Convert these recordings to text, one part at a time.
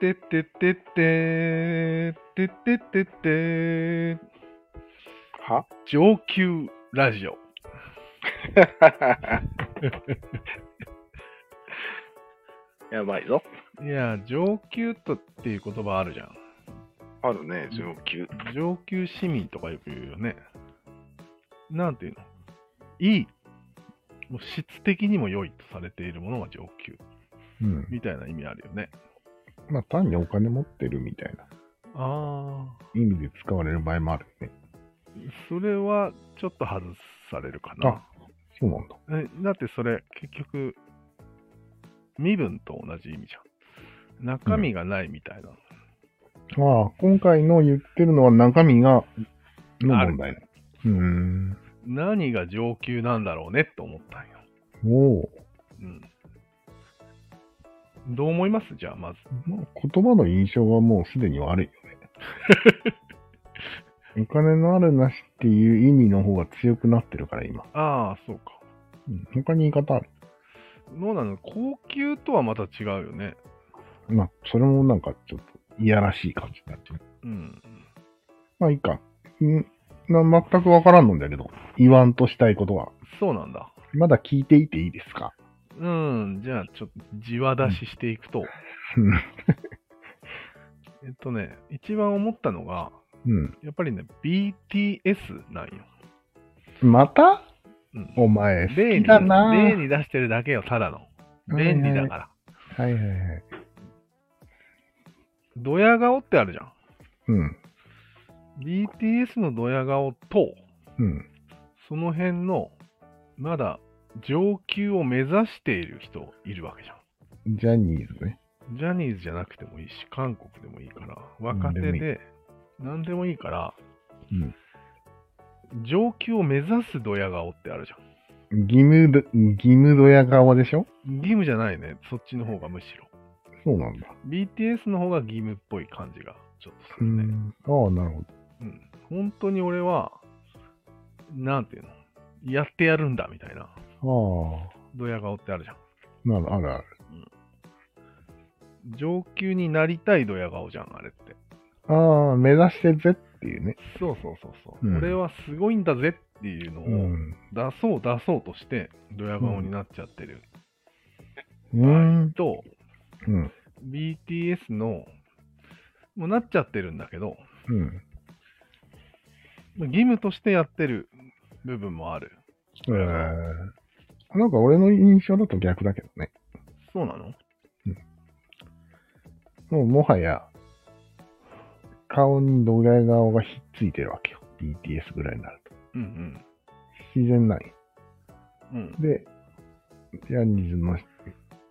てってってって、てってってって、は上級ラジオ。 やばいぞ。いや、上級とっていう言葉あるじゃん。あるね、上級。上級市民とかよく言うよね。なんていうのいい。もう質的にも良いとされているものが上級。うん。みたいな意味あるよね。まあ単にお金持ってるみたいなああ。意味で使われる場合もあるよね。それはちょっと外されるかな。そうなんだ。えだってそれ結局身分と同じ意味じゃん。中身がないみたいな。ああ、今回の言ってるのは中身が、の問題ね。うーん。何が上級なんだろうねって思ったんよ。おお。うん。どう思いますじゃあまず。まあ言葉の印象はもうすでに悪 いよね。お金のあるなしっていう意味の方が強くなってるから今。ああ、そうか。うん、他に言い方ある。どうなの高級とはまた違うよね。まあ、それもなんかちょっといやらしい感じになっちゃう。うん。まあいいか。んな全くわからんのだけど、言わんとしたいことは、そうなんだ。まだ聞いていていいですかうん。じゃあちょっと地話出ししていく と。うんえっとね、一番思ったのが、うん。やっぱりね、BTS なんよ。またうんお例前、好きにだな例に出してるだけよ、ただの。便利だから。はいはいはい。ドヤ顔ってあるじゃん。うん。 BTS のドヤ顔と、うん。その辺の、まだ上級を目指している人いるわけじゃジャニーズね。ん。ジャニーズじゃなくてもいいし、韓国でもいいから、若手何でもで、何でもいいから、うん上級を目指すドヤ顔ってあるじゃん。義務ど、義務ドヤ顔でしょ義務じゃないね、そっちの方がむしろ。そうなんだ。 BTS の方が義務っぽい感じがちょっとすうるね。ん。ああ、なるほど。うん、本当に俺は、なんていうの、やってやるんだみたいな、あドヤ顔ってあるじゃん。あ、なる、あるある。上級になりたいドヤ顔じゃん、あれって。ああ、目指してぜっていうね。そうそうそうそう、うん俺はすごいんだぜっていうのをうん。出そう出そうとして、ドヤ顔になっちゃってる。うん。と、うん。 BTS の、もうなっちゃってるんだけど、うん。義務としてやってる部分もある。えーなんか俺の印象だと逆だけどね。そうなのもうもはや、顔にドヤ顔がひっついてるわけよ。BTS ぐらいになると。うん自然ない。うん。うん。で、ジャニーズの売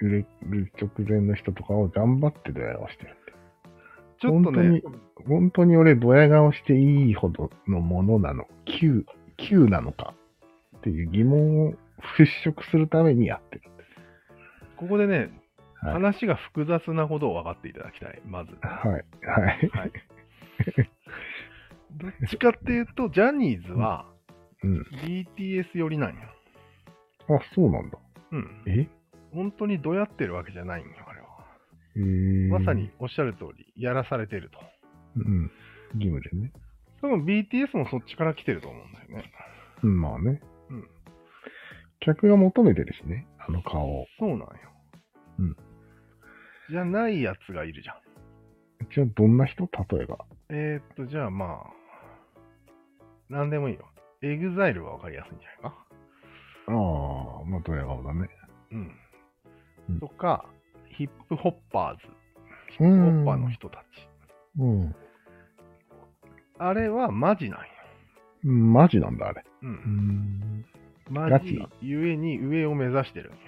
れる直前の人とかを頑張ってドヤ顔してるって。ちょっとね、本当に俺ドヤ顔していいほどのものなの、9、9なのかっていう疑問を払拭するためにやってる。ここでね、はい話が複雑なほどを分かっていただきたい、まず。はい。はい。はい、どっちかっていうと、ジャニーズはうん。 BTS 寄りなんよ。あ、そうなんだ。うん。え本当にどやってるわけじゃないんよ、あれは。えーまさに。おっしゃる通り、やらされてると。うん。義務でね。多分 BTS もそっちから来てると思うんだよね。うん、まあね。うん。客が求めてるしね、あの顔を。そうなんよ。うん。じゃないやつがいるじゃん。じゃあどんな人例えば。えー、っと、じゃあまあ、なんでもいいよ。EXILE は分かりやすいんじゃないか。ああ、まあドヤ顔だね。うんうんとか、ヒップホッパーズ、ヒッうプホんッパーの人たち。うん。あれはマジなんよ。うんマジなんだ、あれ。う。うんん。マガジチなゆえに上を目指してるんよ。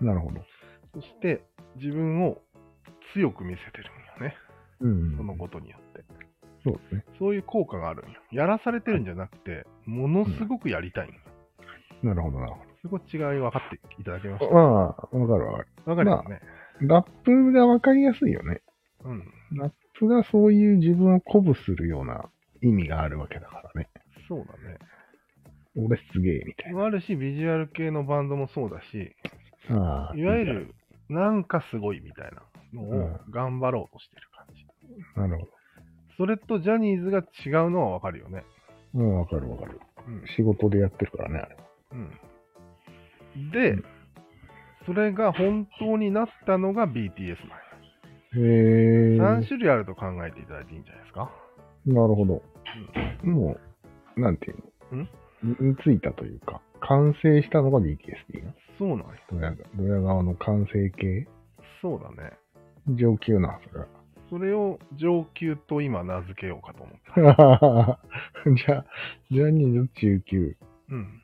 なるほど。そして、自分を強く見せてるんよね。うんそのことによって。そうですね。そういう効果があるんよ。やらされてるんじゃなくて、ものすごくやりたいんよ。なるほど、なるほすごい違い分かっていただけましど。まあ、わかるわかる。た。分かりますね。ラップがわかりやすいよね。うん。ラップがそういう自分を鼓舞するような意味があるわけだからね。そうだね。俺すげえ、みたいあるし、ビジュアル系のバンドもそうだし、な。ああ。いわゆる、なんかすごいみたいなのを頑張ろうとしてる感じ。なるほそれとジャニーズが違うのはわかるよね。ど。うん、わかるわかる。うん。仕事でやってるからね、あれ。うん、で、それが本当になったのが BTS へえ。なん3種類あると考えていただいていいんじゃないですか。なるほど。もう、なんていうのん身についたというか、完成したのが BTS でいいな。そうなんよ。ドヤドヤ顔の完成形そうだね。上級な、それは。それを上級と今名付けようかと思った。 じゃあ、ジャニーズ中級、うん。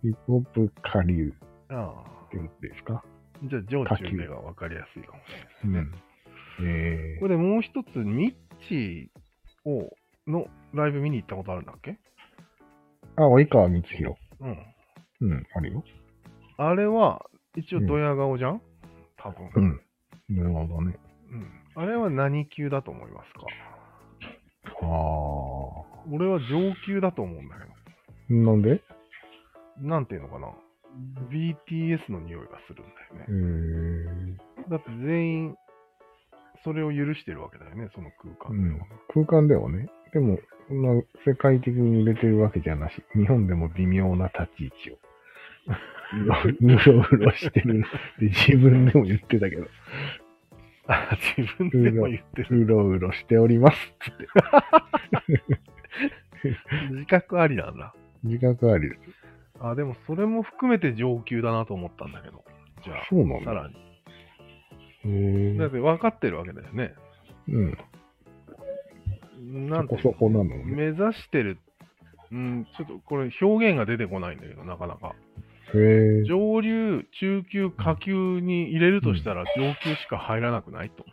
ヒップホップ下流あっていうことですあ。かじゃあ上中でがわかりやすいかもしれないですね。。ええこれでもう一つ、ミッチーを、のライブ見に行ったことあるんだっけあ、及川光弘。うん。うん、あるよ。あれは、一応ドヤ顔じゃん、多分。うん。なるほどね。うんあれは何級だと思いますかあ俺は上級だと思うんだけあ。なんでど。なんていうのかな ?BTS の匂いがするんだよえね。だって全員、それを許してるわけだよね、その空間ではね。空間ではね。でも、そんな世界的に売れてるわけじゃなし、日本でも微妙な立ち位置を。 うろうろしてるって自分でも言ってたけど、あ 自分でも言ってる。うろうろしておりますっつって。自覚ありなんだ。自覚ありです。あ、でもそれも含めて上級だなと思ったんだけど。じゃあ、そうなんさだ。らに。へだっーて分かってるわけだよね。うん。なそんてこいうそのこなのね。目指してる。うん、ちょっとこれ表現が出てこないんだけど、なかなか。へえ。上流、中級、下級に入れるとしたら上級しか入らなくないと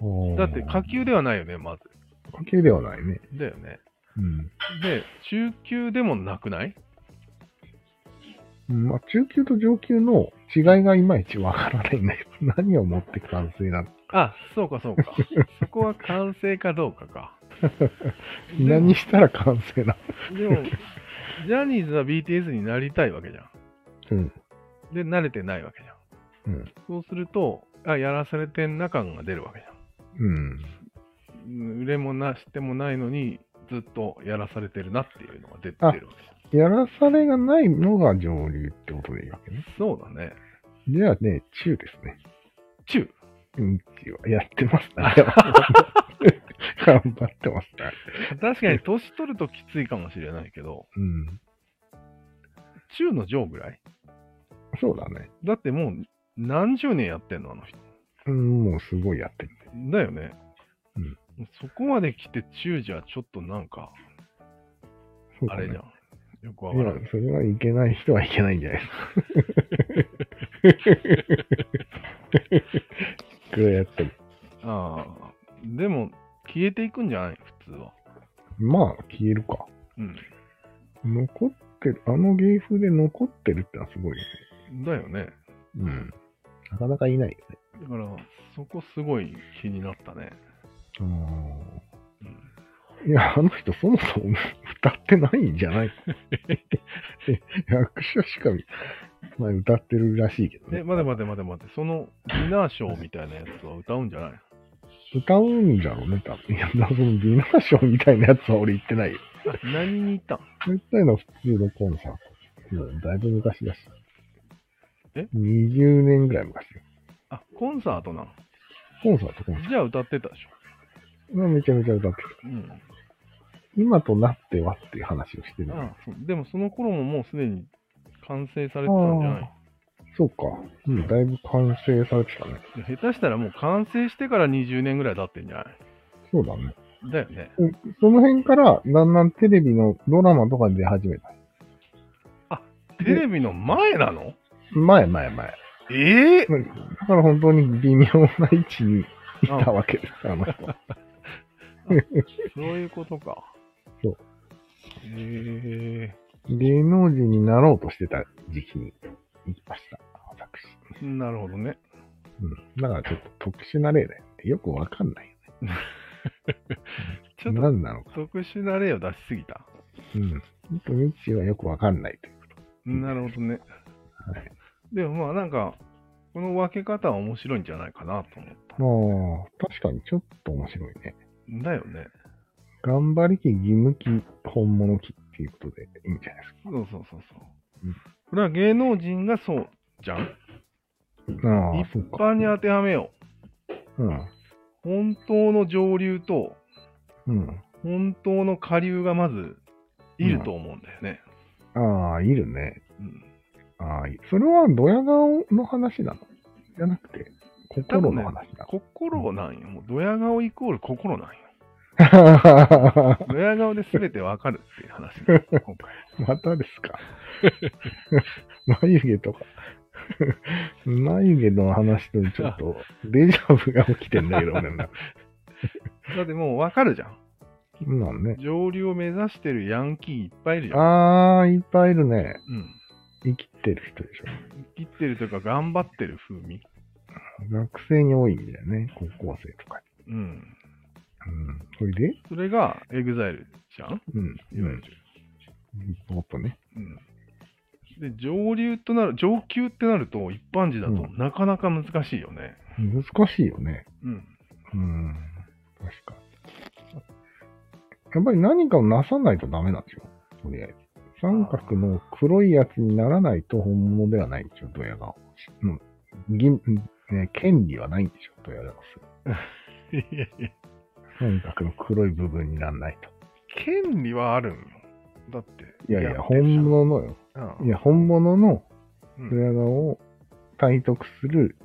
思う。だって下級ではないよね、まず。家系ではないね。だよね。うん。で、中級でもなくないうんまあ、中級と上級の違いがいまいちわからないんだけど、何をもって完成なのあ、そうかそうか。そこは完成かどうか か。でも何したら完成なでも、ジャニーズは BTS になりたいわけじゃん。のうん。で、慣れてないわけじゃん。うん。そうすると、あ、やらされてんな感が出るわけじゃん。うん。うん売れもなしてもないのに、ずっとやらされてるなっていうのが出てるわけじやらされがないのが上流ってことでいいわけゃんね。そうだね。じゃあね、中ですね。中うんちはやってますね。 頑張ってますね。確かに年取るときついかもしれないけど、うん。中の上ぐらいそうだね。だってもう何十年やってんの、あの人。うん、もうすごいやってるね。だよね。そこまで来て中じゃちょっとなんか、そうあだねれじゃん。よくわいかやらない。、それはいけない人はいけないんじゃない ですか。いくらやっても。ああ。でも、消えていくんじゃない普通は。まあ、消えるか。う残ってる、あの芸風で残ってるってのはすごいよん。だよね。ね。うん。なかなかいないよね。だから、そこすごい気になったね。うん。いや、あの人そもそも歌ってないんじゃない 役者しか見、まあ歌ってるらしいけどえ、待ね。て待て待て待て、そのディナーショーみたいなやつは歌うんじゃないの歌うんだろうね、多分。いや、そのディナーショーみたいなやつは俺言ってないよ。あ何に行ったんそういったような普通のコンサート。もうだいぶ昔だし。え ?20 年ぐらい昔よ。あ、コンサートなのコンサート、コンサーじゃあ歌ってたでしト。まあめちゃめちゃ歌ってる。ょ。うん。今となってはっていう話をしてる。あそうでもその頃ももうすでに完成されてたんじゃないそうか。うん、だいぶ完成されてたね。いや下手したらもう完成してから20年ぐらい経ってんじゃないそうだね。だよね。その辺から、だんだんテレビのドラマとかに出始めた。テレビの前なの前前前。ええだから本当に微妙な位置にいたわけです、あの人。そういうことか。そう。え芸能人になろうとしてた時期に行きました、私。えなるほどね。うん。だからちょっと特殊な例だよね。よくわかんないよちょね。っ何なのか。と特殊な例を出しすぎた。うん。ちょっと未知はよくわかんないという。なるほどね。はいでもまあなんか、この分け方は面白いんじゃないかなと思った。まあ、確かにちょっと面白いね。だよね。頑張り期、義務期、本物期っていうことでいいんじゃないですそうそうそうそううん。これは芸能人がそうじゃん。か。ああ一、そうか。般に当てはめようん。う。本当の上流とうん。本当の下流がまずいると思うんだよね。ああ、いるね。うん。ああ、いいそれはドヤ顔の話なのじゃなくて、心の話なの。心なんよ。もうドヤ顔イコール心なんよ。まドヤ顔で全てわかるっていう話ね、 今回。たですか。眉毛とか。眉毛の話とちょっとデジャブが起きてんだけど、俺の中だってもうわかるじゃん。でなんね。上流を目指してるヤンキーいっぱいいるじゃん。ああ、いっぱいいるね。うん。生きてる人でしょ。生きてるとか頑張ってる風味。学生に多いんだよね。高校生とか。うん。うん。それでそれがエグザイルじゃんうん。いわゆる。ヒップホップね。うん。で、上流となる、上級ってなると、一般人だとうなかなか難しいよね。難しいよね。うん。うん。確か。やっぱり何かをなさないとダメなんですよ。とりあえず。三角の黒いやつにならないと本物ではないんですよ、ドヤ顔。うん。義務ね、権利はないんでしょ、ドヤ顔する。いやいや、三角の黒い部分にならないと。権利はあるんよ。だって。いやいや、って本るじゃん。物のよ。うんいや、本物のうドんヤ顔を体得する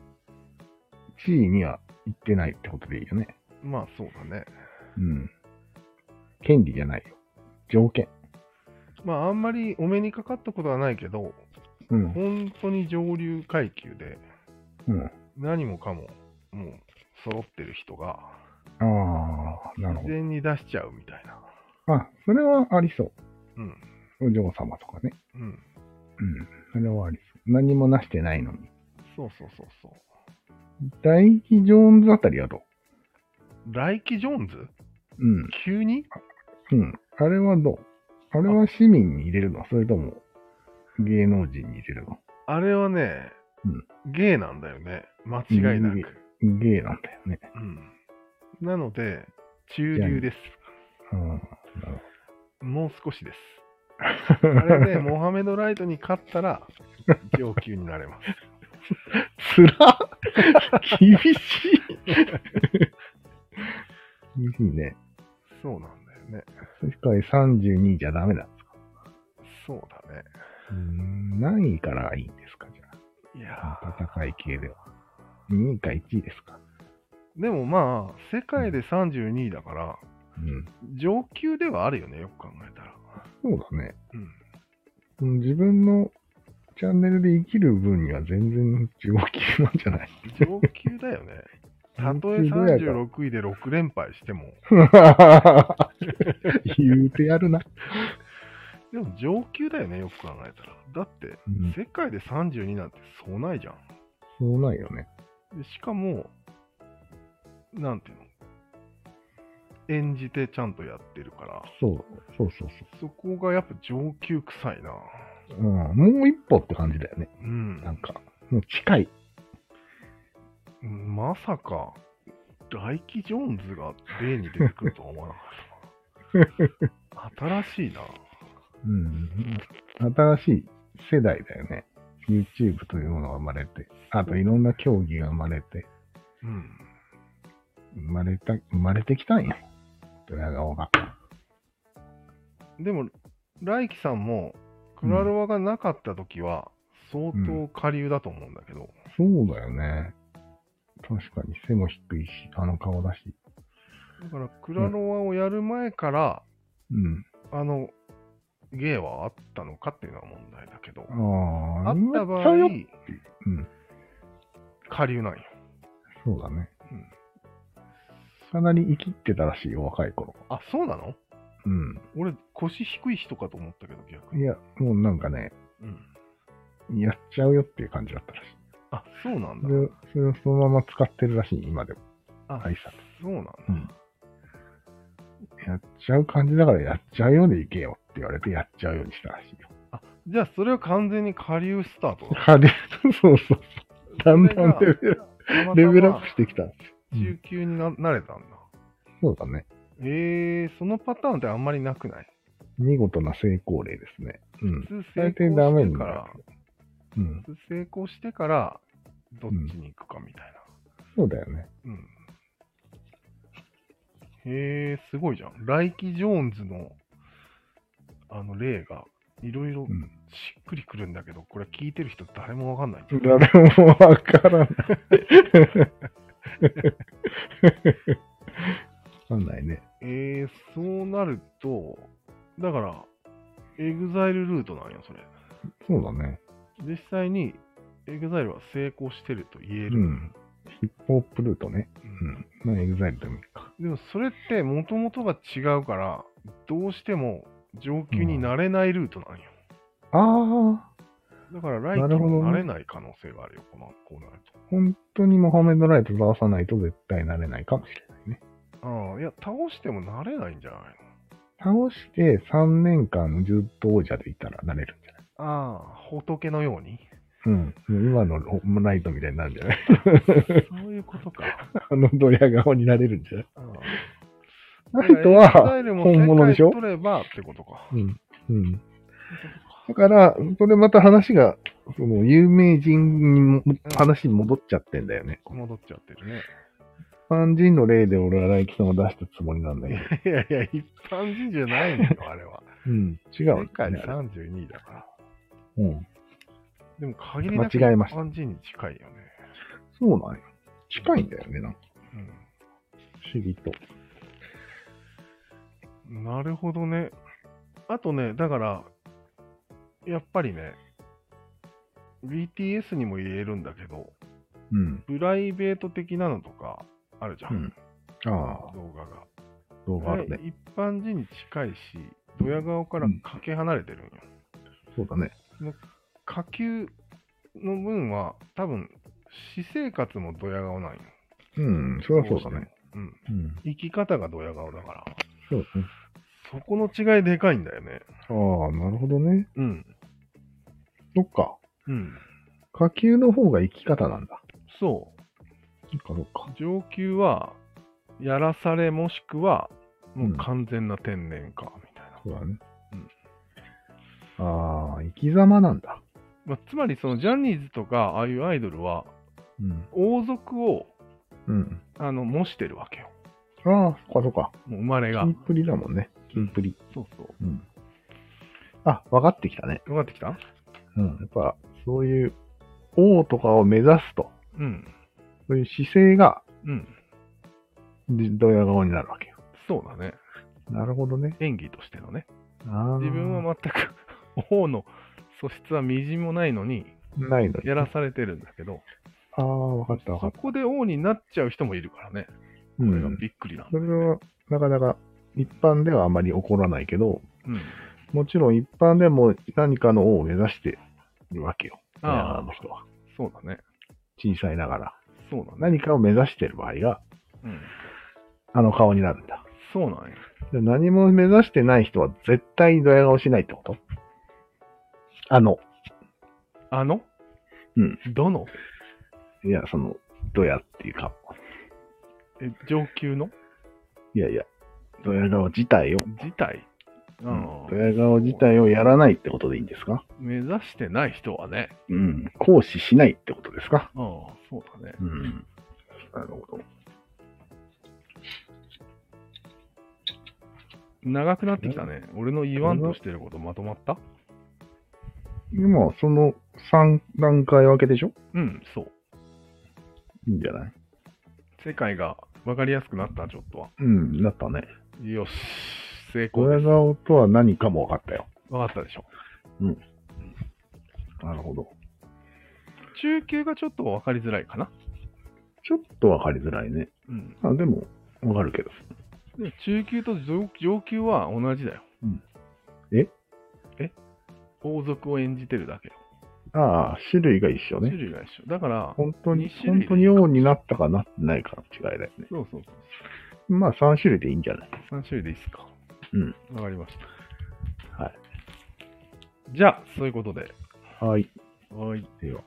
地位には行ってないってことでいいよね。まあ、そうだね。うん。権利じゃないよ。条件。まあ、あんまりお目にかかったことはないけど、うん。本当に上流階級で、うん。何もかも、もう、揃ってる人が、ああ、な自るほ然に出しちゃうみたいな。ど。あ、それはありそう。うん。お嬢様とかね。うん。うん。それはありそう。何もなしてないのに。そうそうそうそう。大企ジョーンズあたりはどライキ・ジョーンズううん。急にうん。あれはどうあれは市民に入れるのそれとも芸能人に入れるのあれはね、ゲイなんだよね。間違いなうんく。芸なんだよね。うん。なので、中流です。うん。もう少しです。あれで、モハメド・ライトに勝ったら、上級になれます。つら厳しい 厳しいね。そうなんだよね。世界32じゃダメだ。そうだね。うーん何位からがいいんですかじゃいあや。戦い系では。2位か1位ですかーでもまあ、世界で32位だから、うん。上級ではあるよね、よく考えたら。そうだね。うん。うん自分のチャンネルで生きる分には全然上級なんじゃない 上級だよね。たとえ36位で6連敗しても、言うてやるな。でも上級だよね、よく考えたら。だって、うん、世界で32なんてそうないじゃん。そうないよね。でしかも、なんていうの演じてちゃんとやってるから、そう、そうそうそこがやっぱ上級臭いな。そう。うん、もう一歩って感じだよね。うん。なんか、もう近い。まさか、ライキ・ジョーンズが例に出てくるとは思わなかったな。新しいな。うん、新しい世代だよね。YouTube というものが生まれて、あといろんな競技が生まれて、うん。生まれた、生まれてきたんや。ドヤ顔が。でも、ライキさんも、クラロワがなかった時は、相当下流だと思うんだけど、そうだよね。確かに背も低いし、あの顔だし。だからクラロワをやる前から、うん。あの、芸はあったのかっていうのは問題だけど、ああ、あった場め合、っちゃようん下流なんよ。そうだねうん。かなり生きってたらしいよ、若い頃。あ、そうなのうん。俺、腰低い人かと思ったけど、逆に。いや、もうなんかね、うん。やっちゃうよっていう感じだったらしい。あ、そうなんだそ。れをそれをそのまま使ってるらしい、今でも。あ挨拶。そうなんだ。やっちゃう感じだからやっちゃうようでいけよって言われてやっちゃうようにしたらしいよ。 あ、じゃあ、それは完全に下流スタートだ。あれ、そうそうだんだんレベルレベルアップしてきた。中級にななれたんだ。そうだね。えー、そのパターンってあんまりなくない見事な成功例ですね。うん。普通成大体ダ功メしにてかなら、る。うん。普通成功してから、どっちに行くかみたいそうだよね。な。うん。へえー、すごいじゃん。ライキ・ジョーンズの、あの、例が、いろいろうんしっくりくるんだけど、これ聞いてる人誰もわかんない。誰もわからない。わかんないね。えー、そうなると、だから、エグザイルルートなんよ、それ。そうだね。実際に、エグザイルは成功してると言えうる。ん。ヒップホップルートね。うんうん。のエグザイルでもいいか。でも、それって、もともとが違うから、どうしても上級になれないルートなんよ。ああ、だから、ライトなるほどにねなれない可能性があるよ、このこうなると。本当にモハメドライト倒さないと絶対なれないかもしれないね。ああ、いや、倒してもなれないんじゃないの倒して3年間ずっと王者でいたらなれるんじゃないああ、仏のようにうん。今のロライトみたいになるんじゃない そういうことか。あのドヤ顔になれるんじゃないああライトだからエグはザイルも本物でしょ世界取ればってことか。うん。うん。だから、それまた話が、その、有名人にも話に戻っちゃってんだよね。戻っちゃってるね。一般人の例で俺は来さんを出したつもりなんだけど。いやいや、一般人じゃないん だよ、あれは。うん。違う、世界ね。あれ32位だから。うん。でも限りなく一間違えました般人に近いよね。そうなんよ。近いんだよね、なんか。不思議と。うん、なるほどね。あとね、だから、やっぱりね、BTS にも言えるんだけど、うん。プライベート的なのとかあるじゃん、うんああ、動画が。動画あるね。一般人に近いし、ドヤ顔からかけ離れてるんよ。そうだね。下級の分は、多分、私生活もドヤ顔なんよ。うん。それはそうだね。うん。うん。生き方がドヤ顔だから。そうだね。そこの違いでかいんだよね。ああ、なるほどね。うん。そっか。うん。下級の方が生き方なんだ。そそっか、そっかう。。上級は、やらされもしくは、もううん完全な天然か、みたいな。そうだね。うんああ、生き様なんだ。まあ、つまり、そのジャニーズとか、ああいうアイドルは、うん。王族を、うん。あの、模してるわけよ。ああ、そっかそっか。もう生まれがキン。プリだもんね。キンプリ。そうそう。うん。あ、分かってきたね。分かってきたうん。やっぱ、そういう、王とかを目指すと、うん。そういう姿勢が、うん。じドヤ顔になるわけよ。そうだね。なるほどね。演技としてのね。ああ。自分は全く 王の素質はみじんもないのにないのに。やらされてるんだけど、ああ、分かった分かそった。こで王になっちゃう人もいるからね。うこれがん。びっくりなんそだ、れは、なかなか、一般ではあまり起こらないけど、うん。もちろん一般でも何かの王を目指してるわけよ。ドヤあ顔のあ、人は。そうだね。小さいながら。そうだね。何かを目指してる場合が、うん、あの顔になるんだ。そうなんや。で何も目指してない人は絶対にドヤ顔しないってことあの、あのうん。どのいや、その、ドヤっていうか、え上級のいやいや、ドヤ顔自体を、自体、ううんドん、ヤ顔自体をやらないってことでいいんですか目指してない人はね。うん、行使しないってことですかうん、そうだね。うん。なるほど。長くなってきたね。俺の言わんとしてることまとまった今、その3段階分けでしょうん、そう。いいんじゃない世界が分かりやすくなった、ちょっとは。うん、だったね。よし、成功ドでヤす。顔とは何かも分かったよ。分かったでしょ。なるほど。中級がちょっと分かりづらいかな。ちょっと分かりづらいね。うん。あ、でも、分かるけど。でも中級と上上級は同じだよ。うんええ王族を演じてるだけよ。ああ、種類が一緒種ね。類が一緒。だから、本当に二、種類本当に王になったかなってないかの違いだよね。そうそうそう。まあ3種類でいいんじゃない3種類でいいですか。うん。わかりましはた。じゃあ、そういうことで。い。はい。はい。では。